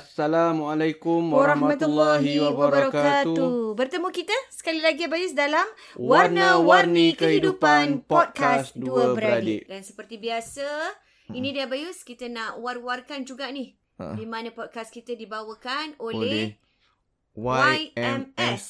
Assalamualaikum warahmatullahi wabarakatuh. Bertemu kita sekali lagi Abayus dalam Warna-Warni Kehidupan Podcast Dua Beradik. Dan seperti biasa, ini dia Abayus kita nak war-warkan juga ni. Ha. Di mana podcast kita dibawakan oleh Oleh YMS YMS.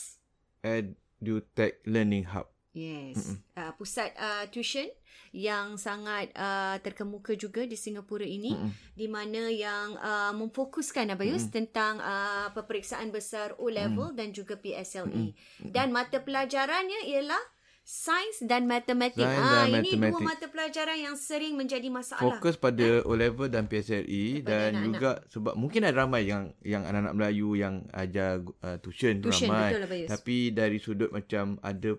EduTech Learning Hub. Yes. Uh, pusat uh, tuition yang sangat uh, terkemuka juga di Singapura ini Mm-mm. di mana yang uh, memfokuskan Abayus Mm-mm. tentang uh, peperiksaan besar O level dan juga PSLE. Mm-mm. E. Dan mata pelajarannya ialah sains dan matematik. Sains ah dan ini dua matematik. mata pelajaran yang sering menjadi masalah. Fokus pada O-level dan Kepada PSLE E dan anak-anak. juga sebab mungkin ada ramai yang yang anak-anak Melayu yang ajar uh, tuition, tu tuition ramai. betul lah, Abayus. Tapi dari sudut macam ada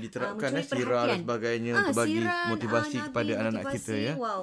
Ah, diterapkan mencuri uh, sirah dan perhatian. sebagainya untuk bagi siran, motivasi ah, kepada Nabi, anak-anak kita motivasi. ya. Wow.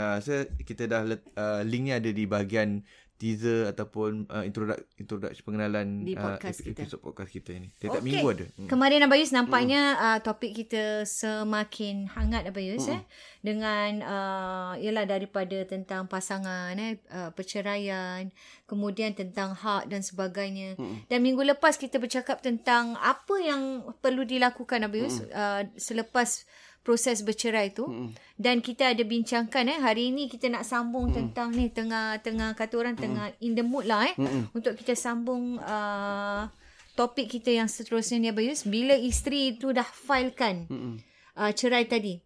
Uh, saya kita dah let, uh, link ni ada di bahagian teaser ataupun uh, introduction introduction pengenalan Di ah, podcast ep- kita. episod podcast kita ni. Setiap Okey. minggu ada. Hmm. Kemarin Abayus nampaknya uh, topik kita semakin hangat Abayus Hmm. eh dengan uh, ialah daripada tentang pasangan eh uh, perceraian kemudian tentang hak dan sebagainya Hmm. dan minggu lepas kita bercakap tentang apa yang perlu dilakukan Abayus Hmm. uh, selepas proses bercerai tu dan kita ada bincangkan eh hari ini kita nak Hmm. sambung tentang ni tengah tengah kata orang tengah in the mood lah eh Hmm. untuk kita sambung uh, topik kita yang seterusnya ni Abayus bila isteri tu dah filekan uh, cerai tadi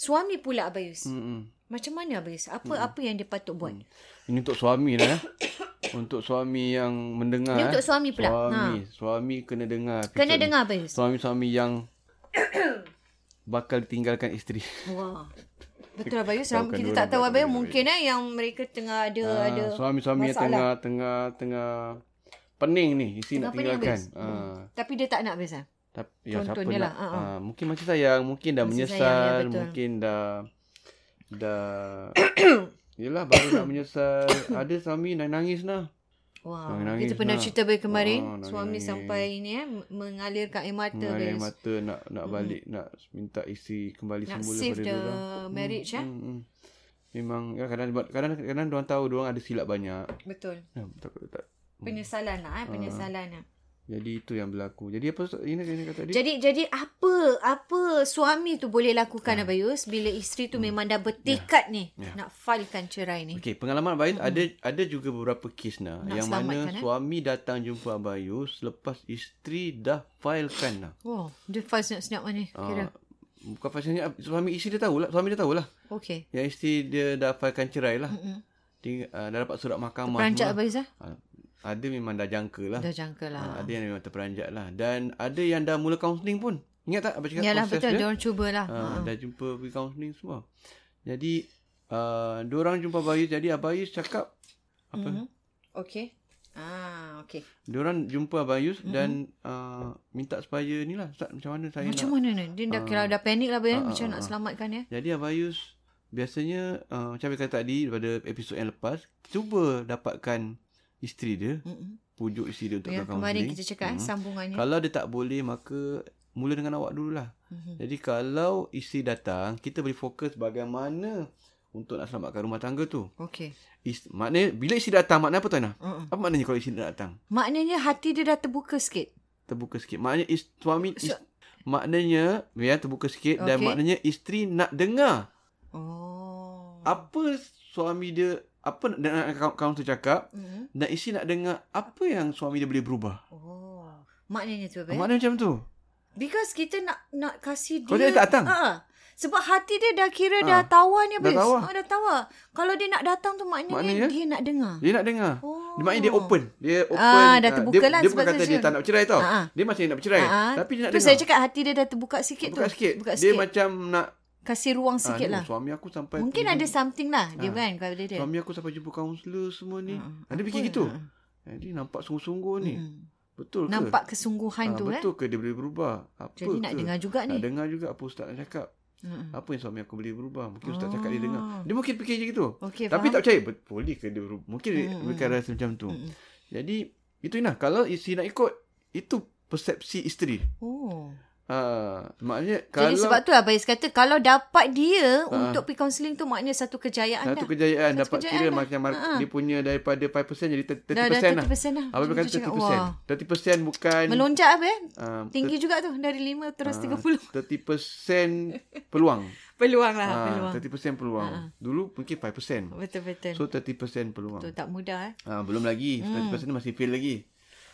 suami pula Abayus Mm. macam mana Abayus apa apa yang dia patut buat Ini untuk suami lah eh. Untuk suami yang mendengar. Ini eh. untuk suami pula. Suami. Ha. Suami kena dengar. kena episod ni. dengar Abayus Suami-suami yang bakal ditinggalkan isteri. wah betul Abayus Tahu Ram, kan kita dia tak orang tahu buat Abayus benda mungkin eh yang mereka tengah ada Ah, ada Suami-suami yang masalah. tengah, tengah, tengah pening ni. Isteri Tengah nak pening tinggalkan. habis. Ha. tapi dia tak nak Abayus ah? Tapi, ya, siapa Contohnya nak, lah, lah. ha, ha. mungkin masih sayang. Mungkin dah Masih menyesal. sayang, ya, betul. mungkin dah... Dah... Yelah baru nak menyesal Ada suami dah nangis lah Wah, Nangis-nangis kita pernah lah. cerita bayi kemarin Ah, nangis-nangis. suami sampai ini eh mengalirkan air mata Mengalir Abayus. mata nak nak balik nak minta isi kembali Nak semula save pada the diorang. marriage, eh? hmm, hmm. Memang ya, kadang kadang kadang diorang tahu diorang ada silap banyak. betul Ya, tak tak. penyesalan lah eh penyesalan lah Jadi itu yang berlaku. Jadi apa Ina kena kata tadi? Jadi jadi apa apa suami tu boleh lakukan Hmm. ha. Abayus bila isteri tu hmm. memang dah Ya. bertekad yeah. ni yeah. nak filkan cerai ni. Okey, pengalaman Abayus mm-hmm. ada ada juga beberapa kes Mm. nah Nak yang mana selamatkan, eh? suami datang jumpa Abayus selepas isteri dah filekan nah. Oh, dia file senyap-senyap mana kira. Ah, bukan pasalnya suami isteri dia tahulah, suami dia tahulah. Okey. Yang isteri dia dah filekan cerai lah. Mm-hmm. Dia, uh, dah dapat surat mahkamah. Perancat semua. Abayus ah. Ah, ada memang dah jangka lah. Dah jangka Ah, lah. ada yang memang terperanjat lah. Dan ada yang dah mula kaunseling pun. Ingat tak apa cakap Yalah proses betul dia? dia orang cubalah. Ah, Ha. Dah jumpa pergi kaunseling semua. Jadi, uh, diorang jumpa Abayus. Jadi Abayus cakap, apa? Mm-hmm. Mhm. Okey. Ah, okey. Diorang jumpa Abayus mm-hmm. dan uh, minta supaya ni lah. Ustaz macam mana saya Macam nak. Ah. mana ni? Dia dah kira dah panik lah Abayus. Macam nak selamatkan ya. Jadi Abayus, biasanya uh, macam yang kata tadi daripada episod yang lepas, cuba dapatkan isteri dia. Mm-mm. Pujuk isteri dia untuk Ya, yeah, kemarin kaunseling. kita cakap mm. sambungannya. Hmm. Kalau dia tak boleh, maka mula dengan awak dululah. Mhm. Jadi kalau isteri datang, kita boleh fokus bagaimana untuk nak selamatkan rumah tangga tu. Okey. Isteri, maknanya bila isteri datang, maknanya apa tuan? Ana? Mm-mm. Apa maknanya kalau isteri tak datang? Maknanya hati dia dah terbuka sikit. Terbuka sikit. Maknanya is, suami is, maknanya ya terbuka sikit okay. dan Okey. maknanya isteri nak dengar Oh. apa suami dia apa dan kawan tu cakap Mm-mm. dan isteri nak dengar apa yang suami dia boleh berubah. Oh. Maknanya tu Abayus. Maknanya macam tu. Because kita nak nak kasih dia. Kalau dia tak datang? Ha. Sebab hati dia dah kira Ha. dah tawar ni Dah habis. tawar. Ha, dah tawar. Kalau dia nak datang tu maknanya, Maknanya? dia nak dengar. eh? Dia nak dengar. Oh. Dia maknanya dia open. Dia open. Ah, dah ah, terbuka dia, lah Dia bukan sebab kata tu dia je. tak nak bercerai tau. Ah, ah. Dia masih nak bercerai. Ah, ah. Tapi dia nak tu dengar. saya cakap hati dia dah terbuka sikit buka tu. sikit. Buka Dia sikit. macam nak Kasih ruang sikit aduh, lah. Suami aku sampai Mungkin ada pergi- something lah dia Ah. kan kalau dia. Suami aku sampai jumpa kaunselor semua ni. Ah, Ha, dia apa fikir ya? gitu. Ah. Jadi nampak sungguh-sungguh ni. Mm. Betul ke? Nampak kesungguhan Ah, tu eh. Betul ke dia boleh berubah? Apa Jadi ke? nak dengar juga ni. Nak dengar juga apa ustaz nak cakap. Mm. Apa yang suami aku boleh berubah? Mungkin ustaz Ah. cakap dia dengar. Dia mungkin fikir je gitu. Okey, Tapi faham. tak percaya "Bet- Boleh ke dia berubah Mungkin dia Mm-mm. mereka rasa macam tu Mm-mm. Jadi Itu Inah Kalau isteri nak ikut Itu persepsi isteri Oh. ha, Maknanya Jadi kalau sebab tu lah Bayis kata kalau dapat dia Ah. untuk pergi counselling tu maknanya satu kejayaan dah. Satu kejayaan Satu Dapat kejayaan kira dah. macam Ha-ha. mar- Dia punya daripada 5% Jadi 30% dah dah 30% lah lah. Apa yang Macam kata tu cakap, 30% wah. 30% bukan Melonjak apa ya? ah, Tinggi juga tu dari 5 terus ah, 30. 30% peluang Peluang lah, Ah, peluang. Ha, 30% peluang Dulu mungkin 5% Betul betul. So 30% peluang tu tak mudah eh. Ah, Belum lagi 30% ni masih fail lagi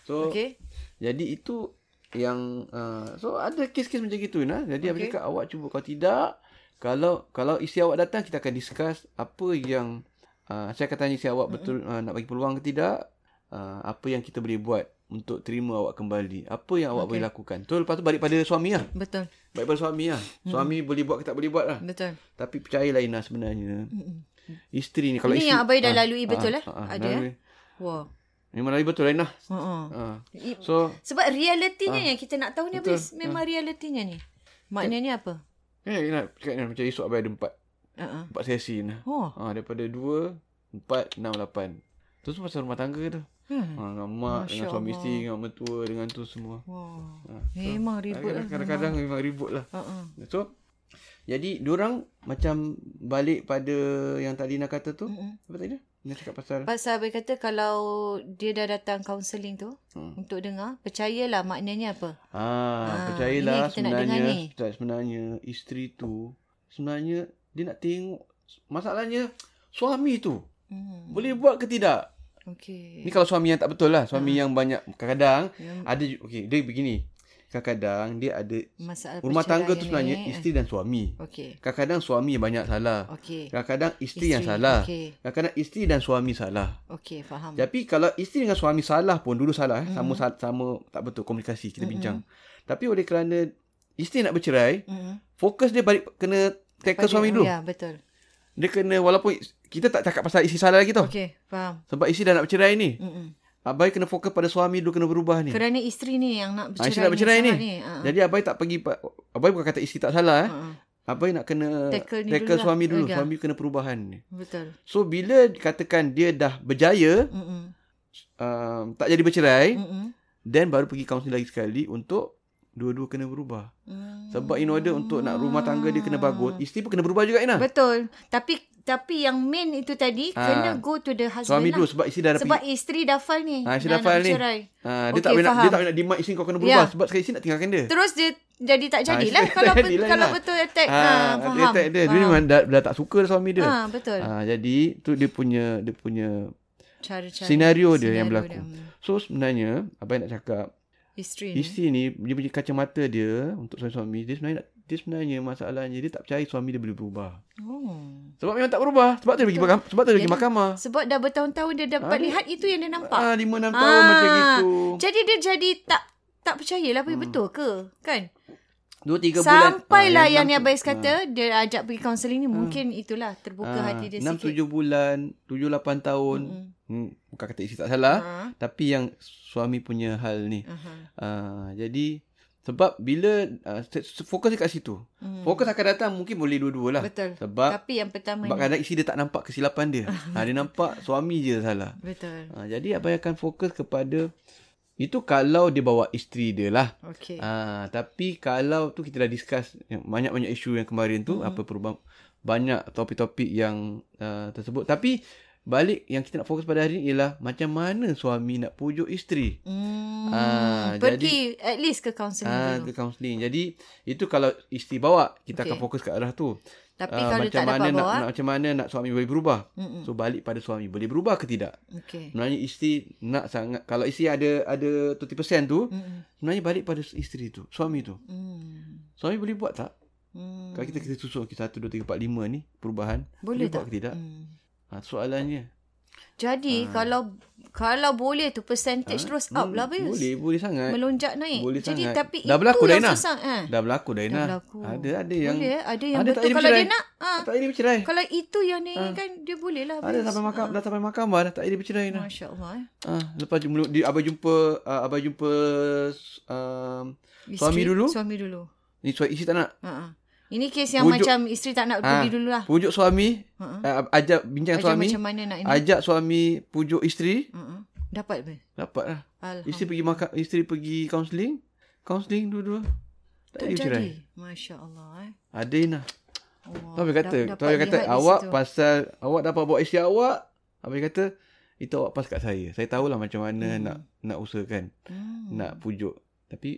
So Okey. Jadi itu yang uh, so ada kes-kes macam gitu nah. Jadi okay. apa Okey. cakap awak cuba kalau tidak kalau kalau isi awak datang kita akan discuss apa yang uh, saya akan tanya isi awak betul uh, nak bagi peluang ke tidak uh, apa yang kita boleh buat untuk terima awak kembali apa yang awak okay. boleh lakukan tu lepas tu balik pada suami lah Betul. balik pada suami lah suami boleh buat ke tak boleh buat lah Betul. tapi percayalah Ina sebenarnya isteri ni kalau Ini isteri Ah. yang abai dah lalui betul, eh? Ada, eh? Wah. memang lalui betul lah Ina Ha uh, I- so Sebab realitinya yang kita nak tahu ni Ha. Betul. Ha. Bayis. Memang realitinya ni. Maknanya apa? Ya, ya, nak cakap ni macam esok abang ada empat, Ha empat sesi ni. Oh. Ha, daripada dua, empat, enam, lapan. Tu semua pasal rumah tangga tu. Hmm. Ha, dengan mak, Masya dengan suami Allah. isteri, dengan mertua, dengan tu semua. Wah. Ha, Memang ribut lah. kadang-kadang, kadang-kadang memang ribut lah. Ha ah. So, jadi diorang macam balik pada yang tadi nak kata tu. Mm-mm. Apa tadi? Nak cakap pasal. Pasal Abang kata kalau dia dah datang kaunseling tu Hmm. hmm. untuk dengar, percayalah maknanya apa? Ha, Ah, ini percayalah yang kita nak sebenarnya, dengar ni. tak, sebenarnya isteri tu, sebenarnya dia nak tengok. Masalahnya, suami tu. Hmm. Boleh buat ke tidak? Ni Okey. kalau suami yang tak betul lah. Suami Ah. yang banyak. Kadang-kadang Yang ada. ju- Okey, dia begini. Kadang-kadang dia ada. Masalah Rumah tangga perceraian tu sebenarnya ni. eh. isteri dan suami. Okey. Kadang-kadang suami yang banyak salah. Okey. Kadang-kadang isteri yang salah. Okey. Kadang-kadang isteri dan suami salah. Okey, faham. Hmm. Tapi kalau isteri dengan suami salah pun dulu salah eh. Hmm. Sama sa- sama tak betul komunikasi kita bincang. Tapi oleh kerana isteri nak bercerai, Mm-mm. fokus dia balik kena tackle Pada- suami dulu. Ya, betul. Dia kena walaupun kita tak cakap pasal isteri salah lagi tau. Okey, faham. Sebab isteri dah nak bercerai ni. Mm-mm. Abai kena fokus pada suami dulu kena berubah ni. Kerana isteri ni yang nak Ah, bercerai. isteri nak bercerai ni. sangat Ha, ha. Jadi abai tak pergi pa- abai bukan kata isteri tak salah eh. Ha, ha. Abai nak kena Tackle ni tackle dulu lah. suami dulu. Agak. Suami kena perubahan ni. Betul. So bila dikatakan dia dah berjaya Mm-mm. um, tak jadi bercerai, Mm-mm. then baru pergi kaunseling lagi sekali untuk dua-dua kena berubah. Mm. Sebab in order untuk nak rumah tangga dia kena bagus, isteri pun kena berubah juga Ina. Betul. Tapi Tapi yang main itu tadi Ah. kena go to the husband lah. Suami dulu sebab isteri dah ada Sebab isteri dafal ni. Ah, isteri dah dafal nak ni. bercerai. Ah, dia Okey, tak boleh nak, dia faham. tak boleh nak demand isteri kau kena berubah Ya. sebab sekali isteri nak tinggalkan dia. Terus dia jadi tak jadilah Ah, kalau tak be- jadilah. kalau betul attack. Ha, Ah, dia faham. attack dia. Dia faham. memang dah, dah tak suka dah suami dia. Ah, betul. Ah, jadi tu dia punya dia punya Cara-cara Senario dia senario yang berlaku. dia. so sebenarnya apa yang nak cakap Isteri ni. isteri ni dia punya kacamata dia untuk suami-suami dia sebenarnya nak- dia sebenarnya masalahnya dia tak percaya suami dia boleh berubah. Oh. Sebab memang tak berubah. Sebab tu dia pergi mahkamah. Sebab tu dia pergi Yalah. mahkamah. Sebab dah bertahun-tahun dia dapat Ah, dia- lihat itu yang dia nampak. Ah, lima enam tahun macam Ah, gitu. Jadi dia jadi tak tak percayalah apa yang Hmm. betul ke? Kan? Dua tiga bulan. Sampailah Ah, yang ni enam- Abais ah. Hmm. kata dia ajak pergi kaunseling ni mungkin itulah terbuka Ah, hati dia enam, sikit. tujuh bulan, tujuh lapan tahun. Mm-mm. Hmm, bukan kata isteri tak salah. Ah, Uh-huh. Tapi yang suami punya hal ni. aha. Ah, jadi sebab bila ah, se- se- fokus dekat situ. Mm. Fokus akan datang mungkin boleh dua-dua lah. Betul. Sebab Tapi yang pertama sebab kan- ni. kadang isteri dia tak nampak kesilapan dia. ha, dia nampak suami je salah. Betul. Ha, jadi abang akan fokus kepada itu kalau dia bawa isteri dia lah. Okey. Ha, tapi kalau tu kita dah discuss yang banyak-banyak isu yang kemarin tu Mhm. apa perubahan banyak topik-topik yang uh, tersebut. Tapi balik yang kita nak fokus pada hari ni ialah macam mana suami nak pujuk isteri. Hmm. Ah, pergi at least ke kaunseling Ha, dulu. ke kaunseling. Jadi itu kalau isteri bawa kita okay. akan Okey. fokus ke arah tu. Tapi Ah, kalau dia macam tak mana dapat nak, bawa, nak macam mana nak suami boleh berubah. mm-mm. So balik pada suami boleh berubah ke tidak? okey. Sebenarnya isteri nak sangat kalau isteri ada ada 30% tu Mm-mm. sebenarnya balik pada isteri tu, suami tu. Hmm. Suami boleh buat tak? Hmm. Kalau kita kita susun okey 1 2 3 4 5 ni perubahan boleh buat tak? ke tidak? Hmm. ha, soalannya. Jadi Ah. kalau kalau boleh tu percentage Ah, terus up hmm, lah Abis. Boleh, boleh sangat. Melonjak naik. Boleh Jadi sangat. tapi Dah itu berlaku dah, yang Ina. susah. Ha? Dah berlaku dah Ina. berlaku. Ada ada yang boleh eh? ada yang Ada tak betul ada kalau dia bercerai? nak. Ha. tak ada bercerai. Kalau itu yang dia Ah. inginkan dia boleh lah. Ada sampai mahkamah, dah sampai mahkamah dah tak ada bercerai Ina. Masya-Allah. eh. Ah, lepas jumpa di abang jumpa uh, abang jumpa um, Suami Isteri- dulu? Suami dulu. ni suami isteri tak nak Ha. ha. Ini kes yang Pujuk- macam isteri tak nak Ah. pergi dulu lah. pujuk suami, Ha. ha. uh, ajak bincang Ajar suami, macam mana nak ini. ajak suami pujuk isteri, Ha. lah. ha. Dapat oh, be. dapatlah. Alhamdulillah. Isteri pergi makan, isteri pergi kaunseling, kaunseling dua-dua. Tak ada Tak bercerai. jadi. Masya-Allah eh. Ada Ina. Allah. Tuan Habib kata, Dap- Tuan Habib Oh, dapat kata lihat di awak situ. pasal awak dapat bawa isteri awak. Habib kata itu awak pas kat saya. Saya tahulah macam mana Hmm. nak nak usahakan, Hmm. nak pujuk. Tapi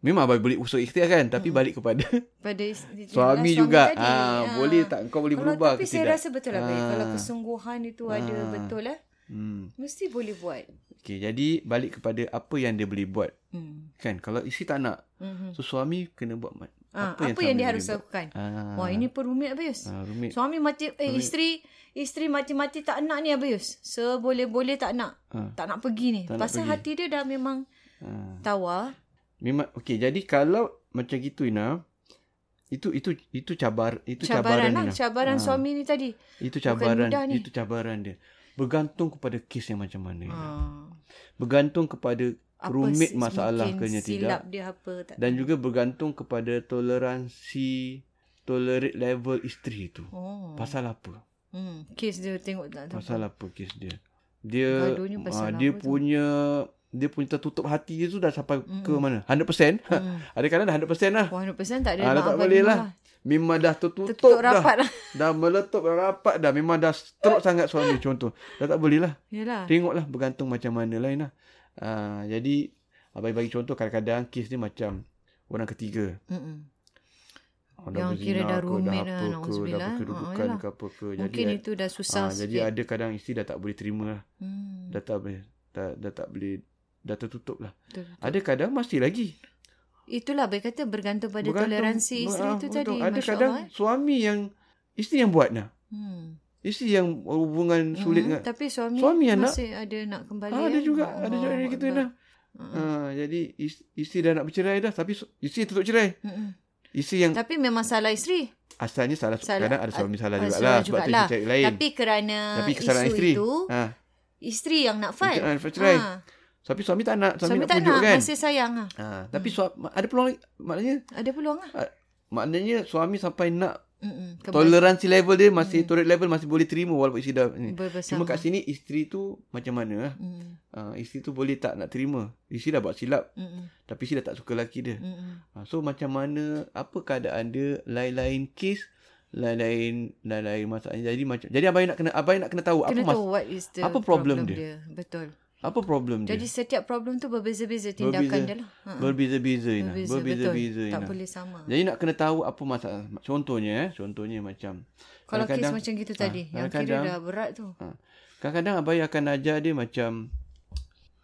memang abang boleh usaha ikhtiar kan, tapi Mm-mm. balik kepada pada is- suami, ialah juga. tadi. Ah, Ah. boleh tak kau boleh kalau, berubah tapi ke saya tidak? rasa betul lah baik. Ah. Kalau kesungguhan itu ada Ah. betul lah. Hmm. Mesti boleh buat. Okey, jadi balik kepada apa yang dia boleh buat Hmm. kan. Kalau isteri tak nak, Mhm. so suami kena buat ma- Ah, apa yang apa yang suami dia boleh harus buat? lakukan? Ah. Wah, ini pun rumit Abayus. ah, rumit. Suami mati eh, Rumit. isteri isteri mati-mati tak nak ni Abayus. Seboleh-boleh tak nak. Ah. Tak nak pergi ni. Tak nak Pasal pergi. hati dia dah memang Ah. tawar. Memang okey. Jadi kalau macam gitu Ina, itu itu itu cabar itu Cabaran cabaran, lah. Ina. Cabaran Ah. suami ni tadi. Itu cabaran mudah ni. itu cabaran dia. Bergantung kepada kes yang macam mana. Ina. Ah. Bergantung kepada Ha. Rumit si- masalah mungkin kenya silap dia apa tak dan tahu. juga bergantung kepada toleransi tolerate level isteri tu. oh. Pasal apa? hmm. kes dia tengok tak tahu. Pasal apa kes dia? Dia Gaduhnya ah, pasal dia apa tu? punya dia punya tertutup hati dia tu dah sampai ke Mm-mm. mana? 100%? Hmm. Oh, Ada kadang dah 100% lah. 100% tak ada Ah, nak tak abang boleh ni lah. Memang dah tertutup, Tertutup dah. rapat lah. Dah meletup dah rapat dah. Memang dah teruk sangat suami contoh. Dah tak boleh lah. Yalah. Tengoklah bergantung macam mana lah Inah. Uh, jadi, Abang bagi contoh kadang-kadang kes ni macam orang ketiga. Mm-mm. Oh, dah Yang berzina kira dah ke, roommate lah, dah apa ke, dah na'udzubillah. berkedudukan Ah, ke apa ke. Jadi, Mungkin ad- itu dah susah ah, jadi ada kadang isteri dah tak boleh terima lah. hmm. Dah tak boleh. Dah, dah tak boleh. Dah tertutup lah. Betul, betul. Ada kadang masih lagi. Itulah baik kata bergantung pada Bergantung- toleransi isteri ah, itu betul. tadi. Ada Masya kadang Allah. eh. suami yang, isteri yang buat lah. Hmm. Isteri yang hubungan sulit Mm-mm. dengan Tapi suami, Suami yang nak- masih ada nak kembali. Ah, ada eh. juga, Allah ada juga dari kita Akbar. dah. Mm-mm. Ha, jadi is- isteri dah nak bercerai dah tapi su- isteri tutup cerai. Mm-mm. Isteri yang Hmm, Tapi memang salah isteri. asalnya salah, Salah- kadang ada suami salah ada juga salah lah sebab tu jugalah. isteri cari lain. Tapi kerana Tapi kesalahan isu isteri. itu, ha, isteri yang nak mungkin fight. ada bercerai. Ha. Tapi suami tak nak, suami, Suami nak tak pujuk nak, kan. masih sayang. Ha. Ha, tapi suami, ada peluang lagi- maknanya Ada peluang lah. maknanya suami sampai nak Hmm. Mm-mm. Kembali toleransi level dia masih tolerate level masih boleh terima walaupun isteri dah ni. bersama. Cuma kat sini isteri tu macam mana? Mm. Ha, isteri tu boleh tak nak terima. Isteri dah buat silap Mm-mm. hmm, tapi Hmm. isteri dah tak suka laki dia. Ah, Mm-mm. Ha, so macam mana apa keadaan dia lain-lain kes lain-lain lain-lain masalah. Jadi macam jadi abang nak kena abang nak kena tahu Kena apa mas, tahu what is the apa problem dia? Betul. apa problem dia. Jadi setiap problem tu berbeza-beza tindakan Berbeza. dia lah. Ha. Berbeza-beza Ina. Berbeza, Berbeza-beza betul. Tak Ina. boleh sama. Jadi nak kena tahu apa masalah. Contohnya eh, contohnya macam Kalau kes kadang-kadang- macam gitu tadi, ha, yang kira kadang-kadang- dah berat tu. Ha. Kadang-kadang abai akan ajar dia macam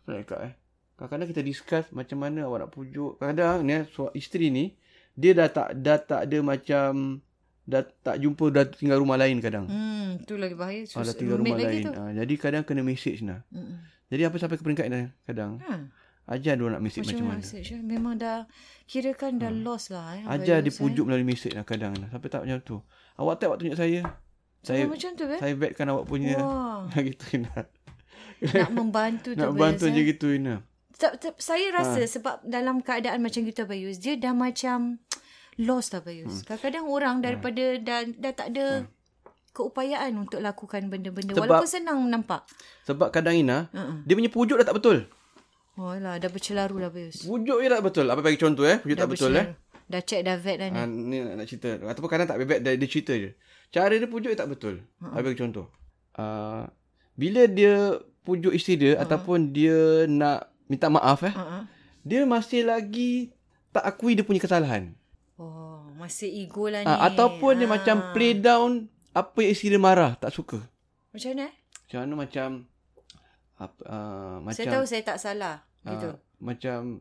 apa nak cakap eh. Kadang-kadang kita discuss macam mana awak nak pujuk. Kadang-kadang ni so, isteri ni dia dah tak dah tak ada macam dah tak jumpa dah tinggal rumah lain kadang. Hmm, tu lagi bahaya. Ah, Sus, dah tinggal rumah roommate lagi lain. tu. Ah, jadi kadang kena message nah. Mm-mm. Jadi apa sampai ke peringkat ni kadang Ha. ajar dia orang nak message Macam, macam, mana? mana. Hmm. Maksud saya, Memang dah kira kan dah lost lah. Eh, Ajar Abang dia Yus, pujuk melalui message lah kadang lah. Sampai tak macam tu. Awak tak awak tunjuk saya. eh. Saya Oh, macam tu eh. saya betkan awak punya. Wah, gitu Ina. nak membantu tu. Nak Abang bantu Yus, je eh. gitu Ina. Tak- tak- Saya Ha. rasa sebab dalam keadaan macam gitu Bayus, dia dah macam lost lah Bayus. Hmm. Kadang-kadang orang daripada dah, dah tak ada keupayaan untuk lakukan benda-benda. Sebab- walaupun senang nampak. Sebab kadang Ina, Uh-uh. dia punya pujuk dah tak betul. Oh lah, dah bercelaru lah Bayus. Pujuk dia tak betul. Apa bagi contoh eh? Pujuk tak betul eh? Dah check dah vet dah ni. Ha, ni nak, nak cerita. Ataupun kadang tak bebek, dia, dia cerita je. Cara dia pujuk dia tak betul. Ha. bagi contoh. Uh, bila dia pujuk isteri dia Ha. ataupun dia nak minta maaf eh, Uh-huh. dia masih lagi tak akui dia punya kesalahan. Oh, masih ego lah ni. Ha, ataupun dia Ah. macam play down apa yang isteri dia marah, tak suka. Macam mana? eh? Macam mana macam apa, uh, macam Saya tahu saya tak salah. Gitu. Ah, macam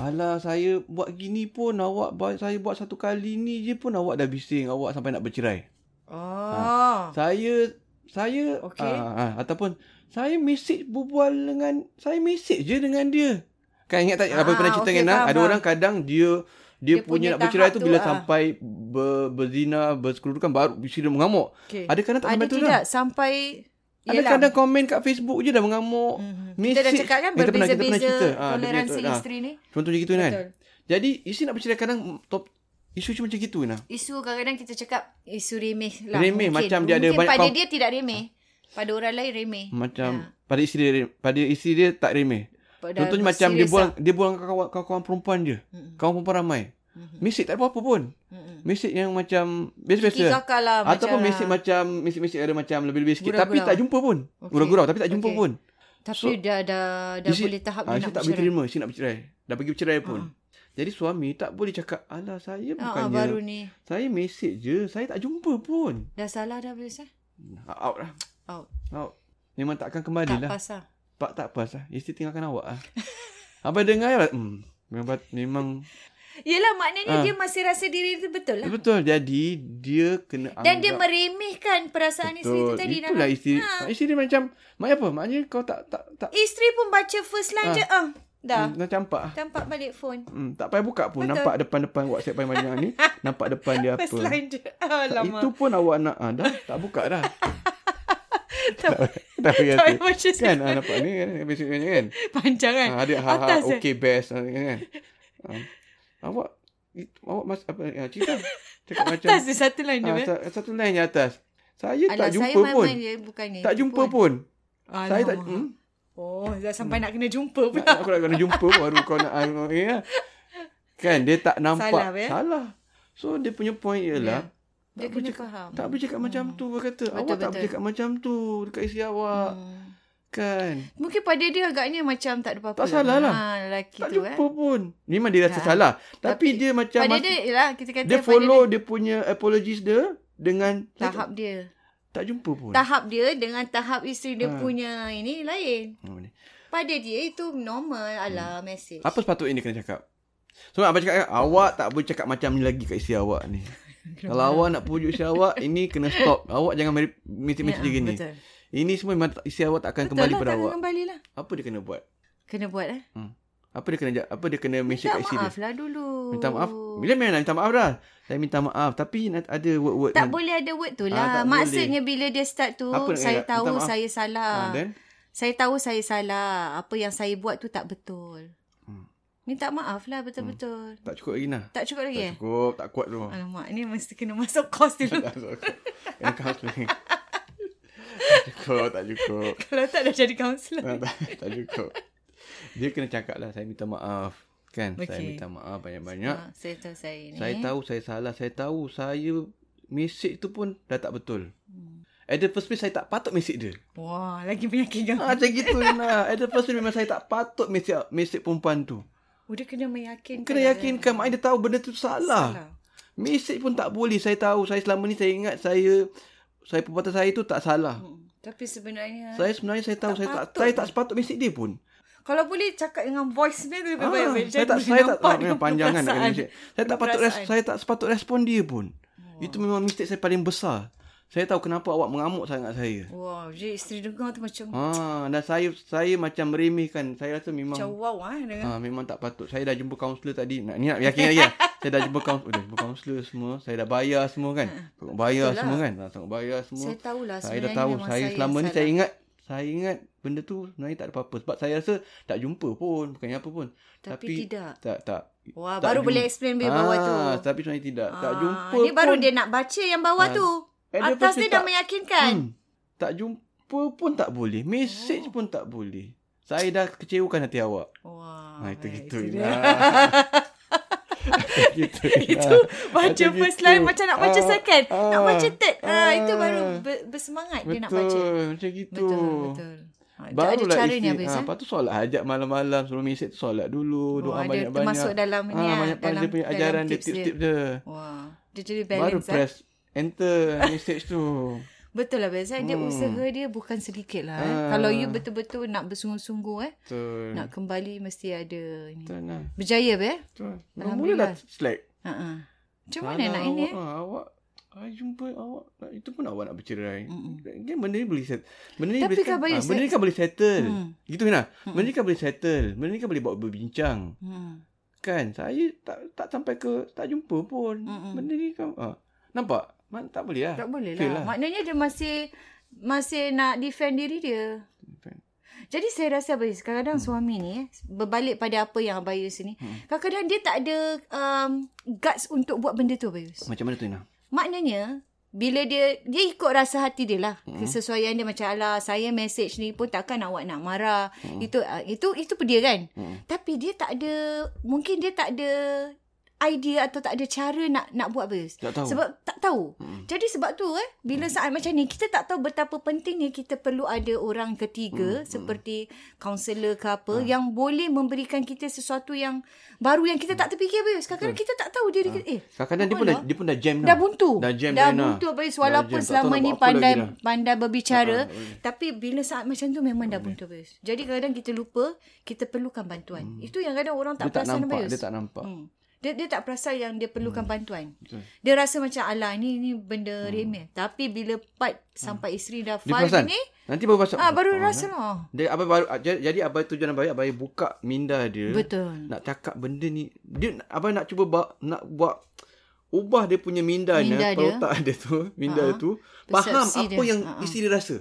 Alah saya buat gini pun awak buat saya buat satu kali ni je pun awak dah bising awak sampai nak bercerai. Ha. Oh. Saya saya Okey. ah, ah, ataupun saya mesej berbual dengan saya mesej je dengan dia. Kan ingat tak Ah, apa pernah cerita okey, dengan Nat? faham, ada faham. orang kadang dia dia, Dia punya punya, nak bercerai tahap tu tu, bila ah. sampai ber, berzina bersekerudukan baru isteri dia mengamuk. Okey. Ada kadang tak Ada sampai tu tidak dah. sampai... Ada kadang komen kat Facebook je dah mengamuk. Mhm. Mesej- Kita dah cakap kan Eh, kita pernah- kita pernah berbeza-beza cerita. Ah, dia punya toleransi tu, ah. isteri ni. Contohnya gitu kan. Betul. Jadi isteri nak bercerai kadang mm, top isu-isu macam gitu nah. Isu kadang-kadang kita cakap isu remeh lah. Remeh, mungkin. macam dia ada mungkin banyak pada kaum- dia tidak remeh. Pada orang lain remeh. Ya. Macam pada isteri dia pada isteri dia tak remeh. Pada lah. Contohnya macam dia buang dia buang dengan kawan- kawan-kawan perempuan je. Mm-mm. Kawan perempuan ramai. Mm-mm. Mesej tak ada apa-apa pun. Mm-mm. Mesej yang macam Kiki biasa-biasa. kakak lah. Ataupun macam mesej lah. macam mesej-mesej ada macam lebih-lebih sikit tapi Gurau-gurau. tak jumpa pun. Okey. Gurau-gurau tapi tak jumpa Okey. pun. Tapi So- dah, dah, dah Isi- boleh tahap Ah, dia nak isteri tak boleh bercerai. terima, isteri nak bercerai. Dah pergi bercerai pun. Jadi suami tak boleh cakap, "Alah, saya Ah, ah, bukannya baru ni. saya mesej je, saya tak jumpa pun." Dah salah dah eh? biasa. Out lah. Out. Out. Memang tak akan kembali Tak lah. pasal. Pak tak pas lah. Isteri tinggalkan awak lah. Abang dengar lah. Hmm, memang, memang Yelah maknanya Ah. dia masih rasa diri dia betul lah. betul. Jadi dia kena Dan dia meremehkan perasaan isteri tu tadi. dalam- Ah, Itulah isteri. Ha. Isteri dia macam, maknanya apa? Maknanya kau tak tak tak Isteri pun baca first line Ah. je. Ah, dah. hmm, dah campak. ah. Tampak balik phone. Hmm, tak payah buka pun. Betul. Nampak depan-depan WhatsApp paling banyak ni. Nampak depan dia First apa. line je. Alamak. Itu pun awak nak ah, dah tak buka dah. Tak tak payah. payah tu. baca Kan ah, nampak ni kan besok kan. kan? panjang kan. Ah, ada ha ha Atas, eh? okey best ah, kan. Ah, awak it- awak mas apa ah, cerita cakap macam Atas dia satu line dia. Ah, eh. sa- satu line yang atas. Saya Alah, tak jumpa saya pun. main-main je bukannya. tak jumpa pun. Alamak. Saya tak hmm, Oh, dah sampai nak kena jumpa nak, pula. aku nak kena jumpa pun baru kau nak ah, ya. Kan dia tak nampak. Salah, ya? Salah. So dia punya point ialah Dia lah. tak kena bercakap- faham. Hmm. tak boleh cakap macam tu dia kata. Betul, awak tak boleh betul. cakap macam tu dekat isteri awak. Hmm. Kan. Mungkin pada dia agaknya macam tak ada apa-apa. Tak salah lah. Ha, lelaki tak tu eh. jumpa pun. Memang dia rasa Ya. salah. Tapi, Tapi dia macam Pada mas- dia, lah, kita kata dia pada follow dia, punya apologies dia Oh, dengan dia, tahap dia. tak jumpa pun. Tahap dia dengan tahap isteri dia Ha. punya ini lain. Hmm, ni. Pada dia itu normal. Alah, message. Apa sepatutnya dia kena cakap? So abang cakap awak tak boleh cakap macam ni lagi kat isteri awak ni. Kalau awak nak pujuk isteri awak, ini kena stop. Awak jangan meri- mesti-mesti Ya, gini. Betul. Ini semua memang tak- isteri awak tak akan Betul kembali lah, pada tak akan awak. kembali lah. Apa dia kena buat? Hmm. Kena buat eh. Apa dia kena ja- apa dia kena message Minta kat isteri maaf dia? lah dulu. Minta maaf. Bila memang nak minta maaf dah. Saya minta maaf Ah, tapi nak- ada word-word Tak yang- boleh ada word tu Ah, lah. tak Maksudnya bila dia start tu, Apa nak saya cakap? tahu Minta maaf. saya salah. Ah, then Saya tahu saya salah. Apa yang saya buat tu tak betul. Hmm. Minta maaf lah betul-betul. tak cukup lagi nah. Tak cukup lagi eh? Tak cukup, Hmm. tak kuat tu. Alamak, ni mesti kena masuk kos dulu. Kena counselling. tak cukup, tak cukup. Kalau tak dah jadi kaunselor. Ah, tak, tak cukup. Dia kena cakap lah, saya minta maaf. Kan, okay. saya Okey. Eh? minta maaf banyak-banyak. Ah, saya tahu saya ni. Saya tahu saya salah, saya tahu saya mesej tu pun dah tak betul. Hmm. At the first place saya tak patut mesej dia. Wah, lagi penyakit Ah, dia. macam gitu lah. At the first place memang saya tak patut mesej mesej perempuan tu. Udah kena meyakinkan. lah, eh. Kena yakinkan lah. mak dia tahu benda tu salah. salah. Mesej pun tak boleh. Saya tahu. Saya selama ni saya ingat saya saya perbuatan saya tu tak salah. Hmm. Tapi sebenarnya Saya sebenarnya saya tahu Tak saya tak patut. saya tak sepatut mesej dia pun. kalau boleh cakap dengan voice dia tu lebih Ah, baik. Abang. saya Jadi tak boleh saya tak nampak ah, memang dia panjang kan nak kena perasaan. mesej. Saya tak Dia patut res, perasaan. Hmm. saya tak sepatut respon dia pun. Itu memang mistake saya paling besar. Saya tahu kenapa awak mengamuk sangat saya. Wah, jadi isteri dengar tu macam Ah, dan saya saya macam meremehkan. Saya rasa memang macam wow ah dengan Ah, memang tak patut. Saya dah jumpa kaunselor tadi. Nak ni nak yakin lagi. kan? saya dah jumpa kaunselor, dah jumpa kaunselor semua. Saya dah bayar semua kan. Tengok bayar Betul lah. semua kan. Ah, Tengok bayar semua. saya tahulah Saya sebenarnya dah tahu. memang Saya yang selama ni salah. saya ingat saya ingat benda tu sebenarnya tak ada apa-apa sebab saya rasa tak jumpa pun bukannya apa pun. Tapi tidak. Tak tak. Wah, baru tak jumpa. boleh explain lebih bawah tu. Ah, tapi sebenarnya tidak. tak Ah, jumpa. Dia baru pun. dia nak baca yang bawah Ah, tu. eh, dia Atas pasti dia dah tak- meyakinkan. Hmm, tak jumpa pun tak boleh. Message pun tak boleh. Saya dah kecewakan hati awak. Wah. Ha, itu baik, gitu. dia. Nah. gitu. itu baca Macam first gitu. line macam nak baca Ah, second, nak ah, baca third. Ah, itu baru ah. ber- bersemangat Betul, dia nak baca. macam gitu. Betul, betul. Ha, tak ada Barulah cara isteri, ni habis ha, ha, Lepas tu solat hajat malam-malam Sebelum mesej tu solat Oh, dulu Doa ada banyak-banyak termasuk dalam ni, ah, banyak dalam- dalam, dia punya dalam ajaran Dia tips dia. tip-tip dia, Wah, dia jadi Baru balance. ah. press enter Message tu Betul lah Bez. eh. Dia Hmm. usaha dia bukan sedikit lah. Eh. Ah. Hmm. Kalau you betul-betul nak bersungguh-sungguh eh. Betul Nak kembali mesti ada ni. Betul lah Berjaya Bez. Betul Mula Alhamdulillah. dah slack Ha-ha. lah. Macam mana Alah, nak ini awak, eh? ah, Awak I jumpa awak Itu pun awak nak bercerai Mm-mm. Kan benda ni boleh settle Benda ni Tapi boleh kan settle boleh Ah, Benda ni set- kan boleh settle Hmm. Gitu kan lah Benda ni kan boleh settle Benda ni kan boleh bawa berbincang Hmm. Kan Saya tak tak sampai ke Tak jumpa pun Mm-mm. Benda ni kan ah. Nampak Man, tak boleh lah Tak boleh Fail lah. Maknanya dia masih masih nak defend diri dia. Jadi saya rasa Abayus kadang-kadang hmm. suami ni eh, berbalik pada apa yang Abayus ni. Hmm. Kadang-kadang dia tak ada um, guts untuk buat benda tu Abayus. Macam mana tu Ina? Maknanya bila dia dia ikut rasa hati dia lah. Hmm. Kesesuaian dia macam ala saya message ni pun takkan awak nak marah. Hmm. Itu ah, itu itu pun dia kan. Hmm. Tapi dia tak ada mungkin dia tak ada idea atau tak ada cara nak nak buat Abayus. Tak tahu. Hmm. Sebab tak tahu. Mm. Jadi sebab tu eh bila saat macam ni kita tak tahu betapa pentingnya kita perlu ada orang Hmm, ketiga seperti kaunselor ke apa yang boleh memberikan kita sesuatu yang baru yang kita tak terfikir Bayus. Kadang-kadang kita tak tahu diri kita eh Hmm. Kadang-kadang dia pun dah, dia pun dah jam dah buntu. Dah jam dah dah, Ina. buntu Bayus Dah walaupun jam. Tak tahu selama ni nak buat apa pandai lagi dah. pandai berbicara Ah, ah, boleh. tapi bila saat macam tu memang dah buntu Bayus. Jadi kadang-kadang kita lupa kita perlukan bantuan. Itu yang kadang orang Hmm. Dia tak tak perasan nampak Bayus. Dia tak nampak Hmm. Hmm. Dia dia tak perasan yang dia perlukan bantuan. Betul. Dia rasa macam alah ni ni benda hmm. remeh. Tapi bila part sampai isteri dah Hmm. Dia file perasan Oh, ya? ni, Nanti baru pasal ah baru rasa lah. dia, abai baru, jadi, jadi Abai tujuan Abai Abai buka minda dia Betul. Nak cakap benda ni Dia Abai nak cuba ba, Nak buat Ubah dia punya minda, Minda minda dia. ni Otak dia tu Minda Ah, uh-huh. tu persepsi Faham apa dia. yang Ah, ah. isteri rasa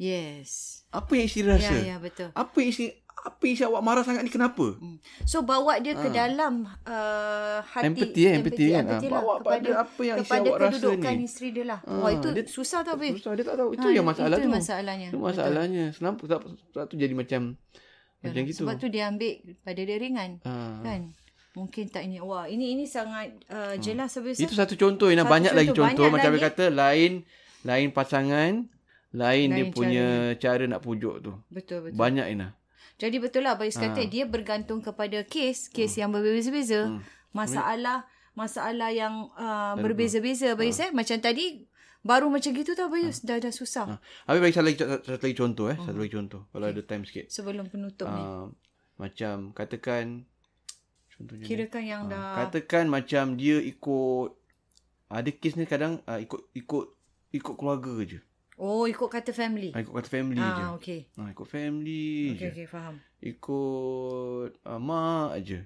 Yes. Apa yang isteri rasa Ya ya betul. Apa yang isteri Apa yang isteri awak marah sangat ni kenapa Hmm. So bawa dia ke dalam uh, hati Ah. Empathy, eh, empathy kan. empathy Ah, lah bawa pada apa yang isteri kepada awak rasa kedudukan ni. isteri dia lah. Ah, Wah itu dia- susah tau Habib. Susah dia tak tahu Itu Ah, yang masalah itu tu masalahnya. Itu masalahnya Senam sebab, sebab tu jadi macam Yalah, Macam gitu Sebab tu dia ambil pada dia ringan. Ah. Kan? Mungkin tak ini. Wah, ini ini sangat uh, jelas hmm. Itu satu contoh Ina. Satu Banyak lagi contoh, contoh banyak Macam dia lagi. kata Lain Lain pasangan Lain, dia Lain punya cara. nak pujuk tu Betul betul. Banyak Ina Jadi betul lah Bayus Ah. kata dia bergantung kepada kes, Hmm. kes yang berbeza-beza, masalah masalah yang uh, berbeza-beza Ah. Bayus eh. Macam tadi baru macam gitu tau Bayus dah dah susah Hmm. ha. Habis bagi satu lagi, satu lagi contoh eh. Satu lagi contoh Kalau ada time sikit sebelum penutup ni. Ah, Macam Katakan Contohnya ni. Kirakan yang dah Ha, katakan macam dia ikut ada kes ni kadang uh, ikut ikut ikut keluarga je. oh ikut kata family. Ah, ikut kata family je. Ah okey. Ha, ikut family Okey okay, je. Okay. okey faham. Ikut uh, mak je.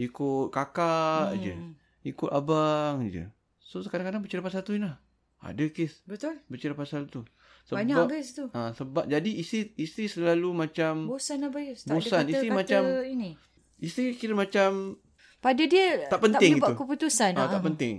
Ikut kakak hmm. je. Hmm, Ikut abang je. So kadang-kadang bercerita pasal tu Ina. Ada kes Betul? bercerita pasal tu. Sebab Banyak Bayus tu. ha, sebab jadi isteri isteri selalu macam Bosan lah Bayus. Tak Hmm. Bosan. ada Isteri kata-kata macam- ini. isteri kira macam Pada dia Tak penting tak boleh buat itu. keputusan. ah, ah. tak penting.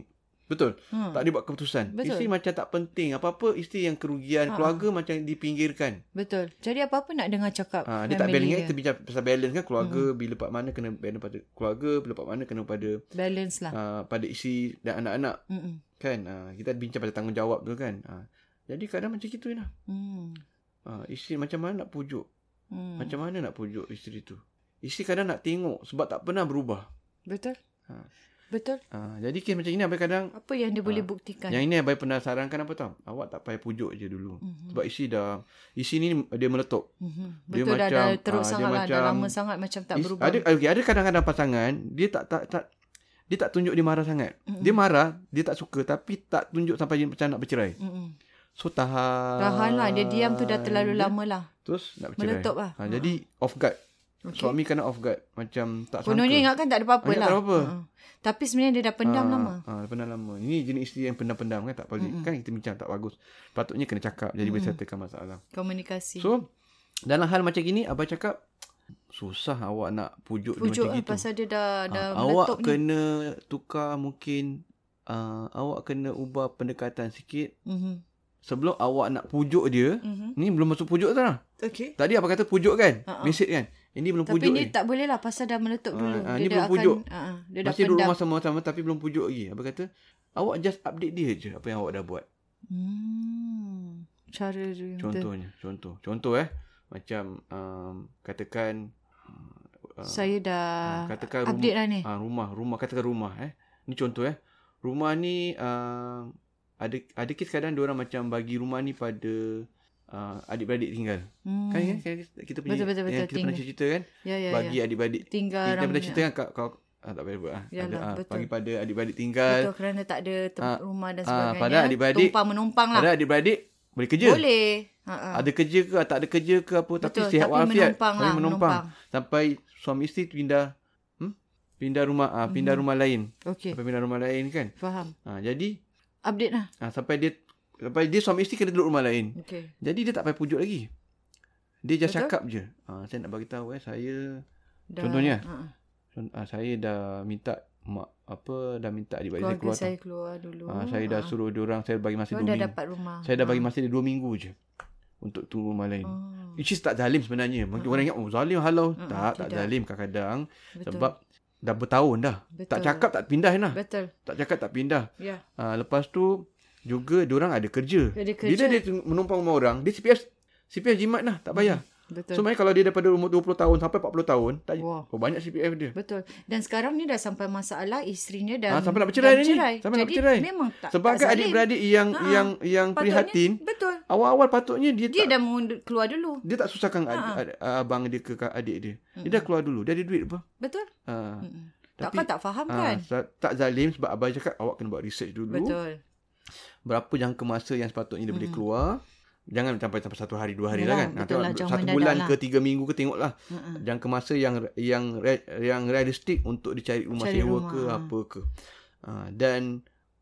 Betul. Hmm. Tak ada buat keputusan. Betul. Isteri macam tak penting. Apa-apa isteri yang kerugian. Ha. Keluarga macam dipinggirkan. Betul. Jadi apa-apa nak dengar cakap Ha, dia tak family balance kan. Kita bincang pasal balance kan. Keluarga bila part mana kena balance pada keluarga. Bila part mana kena pada Balance Ah. lah. uh, pada isteri dan anak-anak. Mm-mm. Kan. Uh, kita bincang pada tanggungjawab tu kan. Uh, jadi kadang macam gitu lah. Mm. Uh, isteri macam mana nak pujuk. Mm. Macam mana nak pujuk isteri tu. Isteri kadang nak tengok sebab tak pernah berubah. Betul. Ha. Betul. Uh, jadi kes macam ini Abang kadang. Apa yang dia boleh Ha. buktikan? Yang ini Abang pernah sarankan apa tau. Awak tak payah pujuk je dulu. Mm-hmm. Sebab isteri dah. Isteri ni dia meletup. Mm-hmm. dia Betul dah, dah macam- teruk ah, dia sangat lah. Dah macam- lama sangat macam tak Is- berubah. Ada okay, ada kadang-kadang pasangan dia tak tak tak dia tak tunjuk dia marah sangat. Mm-hmm. Hmm. Dia marah, dia tak suka tapi tak tunjuk sampai dia macam nak bercerai. Mm-mm. So tahan. Tahan lah. Dia diam tu dah terlalu Ah, Dia- lama lah. Terus nak bercerai. Meletup lah. Ha, jadi off guard. Okay. Okey. Suami kena off guard macam tak sangka. Mm. Kononnya ingatkan tak ada apa-apa Ah, ingat lah. tak ada apa. Ha. Tapi sebenarnya dia dah pendam Ah, lama. Ah, pendam lama. Ini jenis isteri yang pendam-pendam kan tak boleh. Mm-hmm. Kan kita bincang tak bagus. Patutnya kena cakap jadi Hmm. boleh settlekan masalah. Komunikasi. So dalam hal macam ini abang cakap susah awak nak pujuk, Pujuk dia macam lah gitu. pasal dia dah, dah Ah, meletup awak ni. kena tukar mungkin uh, awak kena ubah pendekatan sikit Mhm. sebelum awak nak pujuk dia Mhm. ni belum masuk pujuk tu lah Okay. tadi apa kata pujuk kan Ha, ha. mesej kan ini belum Tapi pujuk ni ni tak boleh lah pasal dah meletup Ah, dulu. ah, dia ni dah belum akan, pujuk. ah, ah, dia dah masih duduk pendam. rumah sama-sama tapi belum pujuk lagi apa kata awak just update dia je apa yang awak dah buat Hmm. Cara dia. contohnya contoh contoh eh macam um, katakan uh, Saya dah ah, katakan rumah, update lah ni. Ah rumah, rumah katakan rumah eh. Ni contoh eh. Rumah ni uh, ada ada kes kadang orang macam bagi rumah ni pada uh, adik-beradik tinggal. Hmm. Hmm. Kan, kan kan kita punya Betul, betul, yang betul, kita pernah tinggal. cerita kan Ya, ya, bagi ya. adik-beradik. Tinggal Kita pernah ramai. cerita kan kau, kau ah, tak payah buat ah. Yalah, Ada, Ya, ah, lah, betul. bagi pada adik-beradik tinggal. Betul kerana tak ada tempat Ah, rumah dan ah, sebagainya. padahal adik-beradik- Tumpang menumpang lah. Ada adik-beradik boleh kerja. Boleh. Ha, ha. Ada kerja ke tak ada kerja ke apa tapi Betul, sihat tapi walafiat. menumpang lah, menumpang. Sampai suami isteri pindah hmm? pindah rumah ah, pindah Hmm. rumah lain. Okey. Sampai pindah rumah lain kan. Faham. Ah jadi Update lah. Ha, sampai dia sampai dia suami isteri kena duduk rumah lain. Okay. Jadi dia tak payah pujuk lagi. Dia just Betul. cakap je. Ha, saya nak bagi tahu eh saya Dah, Contohnya? ha, ha. ha, saya dah minta mak apa dah minta adik-adik keluarga saya keluar. saya keluar dulu. Ah, Ha, saya dah suruh dia orang saya bagi masa Dia dah 2 minggu. dapat rumah. Ah. Saya dah bagi masa dia 2 minggu je untuk tunggu rumah lain. Oh, Which is tak zalim Ya, sebenarnya. Mungkin Ah. orang ingat oh zalim halau. Mm-mm, tak, tak tidak. zalim kadang-kadang betul. sebab dah bertahun dah. betul. Tak cakap tak pindah lah. nah. Betul. Tak cakap tak pindah. Ya. Ha, lepas tu juga diorang ada kerja. Ada kerja. Bila dia teng- menumpang rumah orang, dia CPF CPF jimat lah, tak bayar. Betul. So maknanya kalau dia daripada umur 20 tahun sampai 40 tahun, tak Wah. oh, banyak CPF dia. Betul. Dan sekarang ni dah sampai masalah isterinya dah Ah, sampai nak bercerai dah ni. Sampai nak Jadi bercerai. memang tak Sebagai tak zalim. adik-beradik kan yang Ha. yang yang Patutnya- prihatin, Betul. awal-awal patutnya dia, Dia tak dah mengundur, keluar dulu. dia tak susahkan ad, Ha. ad, abang dia ke kak- adik dia. Dia dah keluar dulu, dia ada duit apa. Betul. Ha. Mm-mm. Tapi- Takkan tak faham ha, kan? sa- tak zalim sebab abang cakap awak kena buat research dulu. Betul. berapa jangka masa yang sepatutnya dia boleh keluar. Jangan sampai sampai satu hari dua hari lah kan. Yalah, betul tengok lah, jangan satu mendadak bulan lah. ke tiga minggu ke tengok lah. Mm-mm. Jangka masa yang yang re- yang realistik untuk dicari rumah Cari sewa rumah, ke ha. apa ke. Ha, dan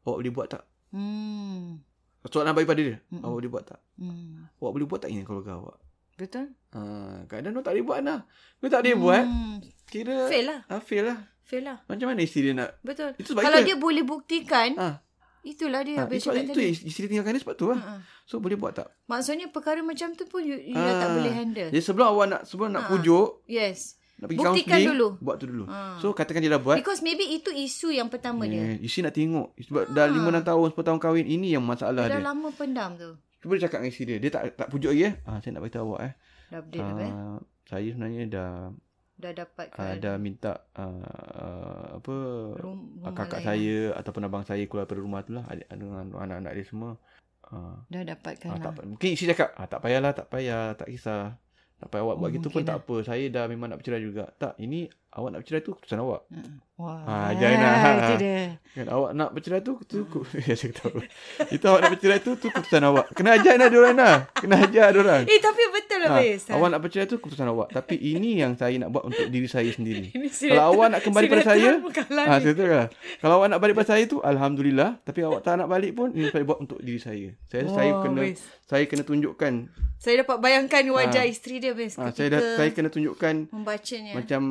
awak boleh buat tak? Hmm. Soalan bagi pada dia. Mm-mm. Awak boleh buat tak? Hmm. Awak boleh buat tak dengan keluarga awak? Betul. Ha, kadang dia tak boleh buat lah. Dia tak boleh buat. Hmm. Kira Fail lah. ha, fail lah. Fail lah. Macam mana isteri dia nak? Betul. Itu sebab Kalau itu. dia boleh buktikan, Ha, itulah ha, dia. habis sebab cakap itu tadi. isteri tinggalkan dia sebab tu lah. Ha, ha. So boleh buat tak? Maksudnya perkara macam tu pun you, you dah tak Ah, boleh handle. Jadi sebelum awak nak sebelum nak Ha. pujuk, Yes. Nak pergi Buktikan counselling, dulu. Buat tu dulu. Ha. So katakan dia dah buat. Because maybe itu isu yang pertama dia. Eh, isteri nak tengok. Sebab dah 5 6 tahun 10 tahun kahwin ini yang masalah Ah. Dah lah. dia. lama pendam tu. Cuba dia cakap dengan isteri dia. Dia tak tak pujuk lagi eh. Ah saya nak beritahu awak eh. Dah update Ah, apa eh? saya sebenarnya dah Dah dapat ke ah, dah minta ah, ah, apa rum- rumah kakak lain. saya ataupun abang saya keluar dari rumah tu lah adik- dengan anak-anak dia semua. Ah, Dah dapatkan ah, lah. tak pa- mungkin isteri cakap, ah tak payahlah, tak payah, tak kisah. Tak payah awak buat Oh, gitu pun mungkin tak lah. apa. Saya dah memang nak bercerai juga. Tak, ini awak nak bercerai tu keputusan awak. Ha. Wah. Ah, janganlah. Itu dia. Kan awak nak bercerai tu tu ku- ya saya tahu. Itu awak nak bercerai tu tu keputusan awak. Kena ajar dah diorang dah. Kena ajar diorang. Eh tapi betul lah Ha, Bez. awak nak bercerai tu keputusan awak. Tapi ini yang saya nak buat untuk diri saya sendiri. Ini sinetron- Kalau awak nak kembali pada saya, sinetron Bekalan ha, ni. saya tahu lah. Kalau awak nak balik pada saya tu alhamdulillah, tapi awak tak nak balik pun ini saya buat untuk diri saya. Saya Wah, saya kena Bez. saya kena tunjukkan. Saya dapat bayangkan wajah Ah. isteri dia Bez ketika Ha, saya dah, saya kena tunjukkan membacanya. macam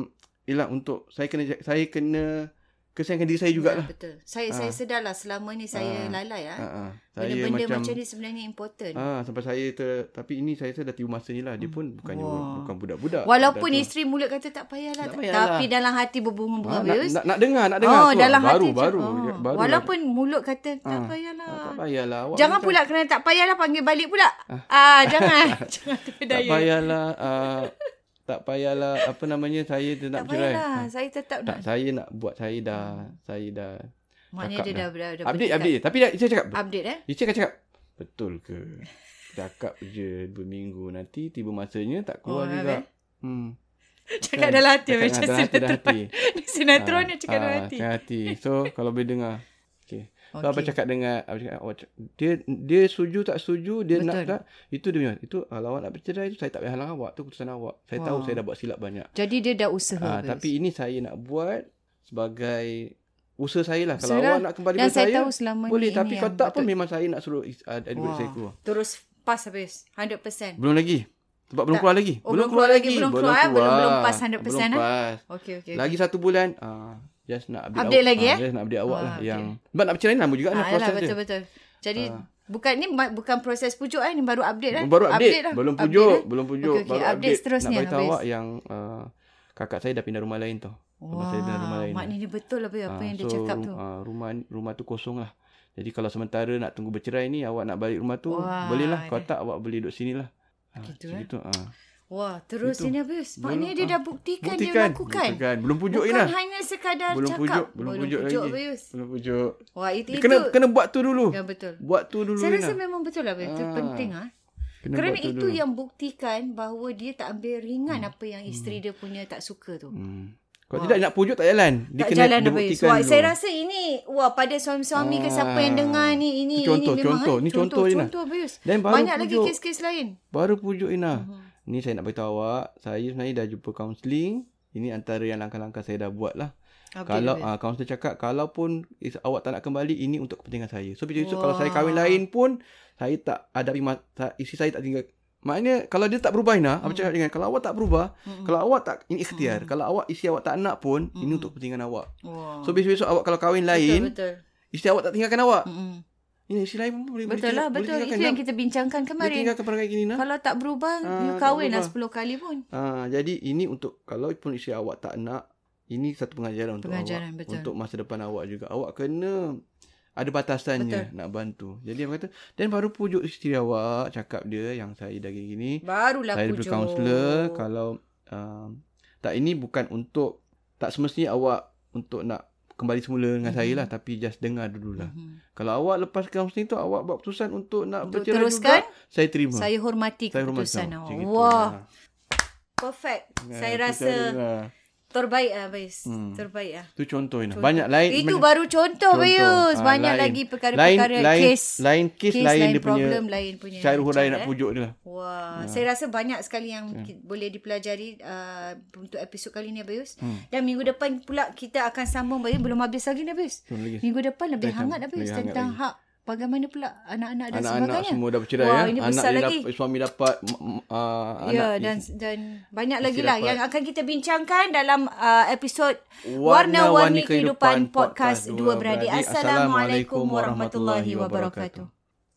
ialah untuk saya kena saya kena Kesiankan diri saya Ya, jugalah. Betul. Saya saya sedarlah selama ni saya Ah. lalai ah. Ha, ha. Saya Benda-benda macam, macam, ni sebenarnya important. Ah, sampai saya ter, tapi ini saya rasa dah tiba masa ni lah. Dia pun bukannya Wah. bukan budak-budak. Walaupun Dah tu. isteri mulut kata tak payahlah, Tak tak payahlah. tapi dalam hati berbunga-bunga Ah, nak, Fiz. nak, nak dengar, nak dengar. Oh, tu. dalam baru, hati baru, macam- ya, oh. baru. Walaupun mulut kata tak Ah. payahlah. Ah, tak payahlah. Awak Jangan macam- pula kerana tak payahlah panggil balik pula. Ah, jangan. jangan Tak terpedaya. payahlah. ah, tak payahlah. Apa namanya, saya dia nak Tak bercerai. payahlah. Ah, Saya tetap Tak, nak. saya nak buat. Saya dah, saya dah. Maknanya dia cakap dah, dah, dah Update, bertekad. update. Ah. Tapi dah, saya cakap. Update eh. Isteri akan cakap, betul ke? Cakap je berminggu. Nanti tiba masanya tak Oh, keluar habis? juga. Hmm. Cakap Kan? dalam hati Cakap macam dalam hati, dalam sinetron. hati. Sinetron Ah, yang cakap dalam ah, hati. Cakap hati. So, kalau boleh dengar. Okay. So, okay. Okey. Abang cakap dengan, Abang cakap, awak cak- dia dia setuju tak setuju, dia Betul. nak Betul. tak. Itu dia punya. Itu, kalau awak nak bercerai, itu saya tak payah halang awak. Itu keputusan awak. Saya tahu Wah. saya dah buat silap banyak. Jadi dia dah usaha. Ah, Fiz. tapi ini saya nak buat sebagai usaha saya lah. Kalau Usaha lah. awak nak kembali dan dengan saya, saya, tahu selama ni boleh. ini Tapi yang kalau tak pun betul. memang saya nak suruh uh, adik-adik Wah. saya keluar. terus pas habis 100%. Belum lagi. Sebab belum Tak. keluar lagi. Oh, belum keluar lagi. Belum keluar, eh? Belum- belum pas 100%, Belum eh? pas. Okey okey. Lagi satu bulan. ah, just nak update, Update awak. lagi, Ah, eh? Just nak update awak Oh, lah. okey. Yang, sebab nak bercerai lama juga. okay. Ah, ah, proses yalah, betul dia. betul. Jadi Ah. bukan ni ma- bukan proses pujuk eh ni baru update eh. Baru update. lah. Belum Update, pujuk. eh. Belum pujuk. Okey, okey. Baru Update seterusnya, Nak beritahu Hafiz. awak yang ah, kakak saya dah pindah rumah lain tau. Lepas saya pindah rumah Wah, lain. maknanya betul lah Bil, apa Ah, yang dia so, cakap rum- tu. ah, rumah, ni- rumah tu kosong lah. Jadi kalau sementara nak tunggu bercerai ni, awak nak balik rumah tu, Wah, boleh lah. Kalau dia- tak, awak boleh duduk sini lah. Ah, Gitu, macam eh? gitu, ah. Wah, terus Itu. ini habis. Belum, Maknanya dia ah. dah buktikan, dia lakukan. Buktikan. Belum pujuk je Bukan lah. hanya sekadar Belum cakap. pujuk, belum pujuk lagi. Bius. Belum pujuk. Wah, itu Dia itu. kena kena buat tu dulu. Ya betul. Buat tu dulu. Saya Lina. rasa memang betul lah Bius. Itu Ah. penting ah. Kena Kerana buat tu itu dulu. yang buktikan bahawa dia tak ambil ringan apa yang isteri dia punya tak suka tu. hmm. Kalau tidak nak pujuk tak jalan. Dia tak kena jalan dia apa buktikan Wah, dulu. saya rasa ini wah pada suami-suami ke siapa yang Ah. dengar ni ini Itu contoh, ini memang contoh. eh, Ni contoh je lah. contoh Bius. Dan baru Banyak lagi Mhm. pujuk. kes-kes lain. Baru pujuk Ina. Ni saya nak beritahu awak, saya sebenarnya dah jumpa kaunseling. Ini antara yang langkah-langkah saya dah buat lah. Update kalau dia, Bil. ah, kaunselor cakap, kalau pun is, awak tak nak kembali, ini untuk kepentingan saya. So, besok Wah. kalau saya kahwin lain pun, saya tak hadapi, ma- tak, isi saya tak tinggal. Maknanya, kalau dia tak berubah, Ina, Hmm. apa cakap dengan, kalau awak tak berubah, kalau awak tak, ini ikhtiar. Kalau awak, isi awak tak nak pun, ini untuk kepentingan awak. Wah. So, besok-besok awak kalau kahwin Hmm. Oh. lain, betul. isi awak tak tinggalkan awak. Mm-mm. Ini isi lain pun boleh Betul boleh tinggal- lah, boleh betul. tinggalkan. Itu yang Nak- kita bincangkan Boleh kemarin. Ha. tinggalkan perangai gini, Ina. Kalau tak berubah, lah. Ah, you tak kahwin lah berubah. 10 kali pun. Ah, jadi ini untuk kalau pun isteri awak tak nak, ini satu pengajaran untuk Pengajaran, awak. betul. Untuk masa depan awak juga. Awak kena ada batasannya betul. nak bantu. Jadi dia kata, dan baru pujuk isteri awak, cakap dia yang saya dah gini. Barulah Saya dulu pujuk. kaunselor kalau um, tak ini bukan untuk tak semestinya awak untuk nak kembali semula dengan mm-hmm. saya lah tapi just dengar dululah. Mhm. Kalau awak lepas kaunseling tu awak buat keputusan untuk nak Untuk bercerai teruskan, juga, saya terima. Saya hormati saya hormati keputusan awak. awak. Macam gitu. Wah, Ah. perfect. Ah, Saya tu rasa lah. terbaik lah, Bais. Hmm. Terbaik lah. Tu contoh ni. Banyak lain. Itu banyak, baru contoh, Bayus. Ah, Banyak lain. lagi perkara-perkara lain, lain, kes. Lain kes, lain, dia punya. problem, lain punya. Cara hurai cara, nak Hmm. eh. pujuk dia lah. Wah, saya rasa banyak sekali yang ki- boleh dipelajari uh, untuk episod kali ni Abayus. Hmm. Dan minggu depan pula kita akan sambung Abayus belum habis lagi ni Abayus. Belum lagi. Minggu depan lebih Lebih hangat hangat, Abayus lebih hangat tentang hak bagaimana pula anak-anak dan Anak-anak sebagainya. semua dah bercerai Wah, ya. ini Anak besar dia lagi. dapat, suami dapat. m- m- ah, ya, anak dan isteri- dan banyak lagi lah dapat. yang akan kita bincangkan dalam uh, episod Warna-warni Warna-Warni Kehidupan Kehidupan Podcast Dua Beradik. Assalamualaikum warahmatullahi wabarakatuh.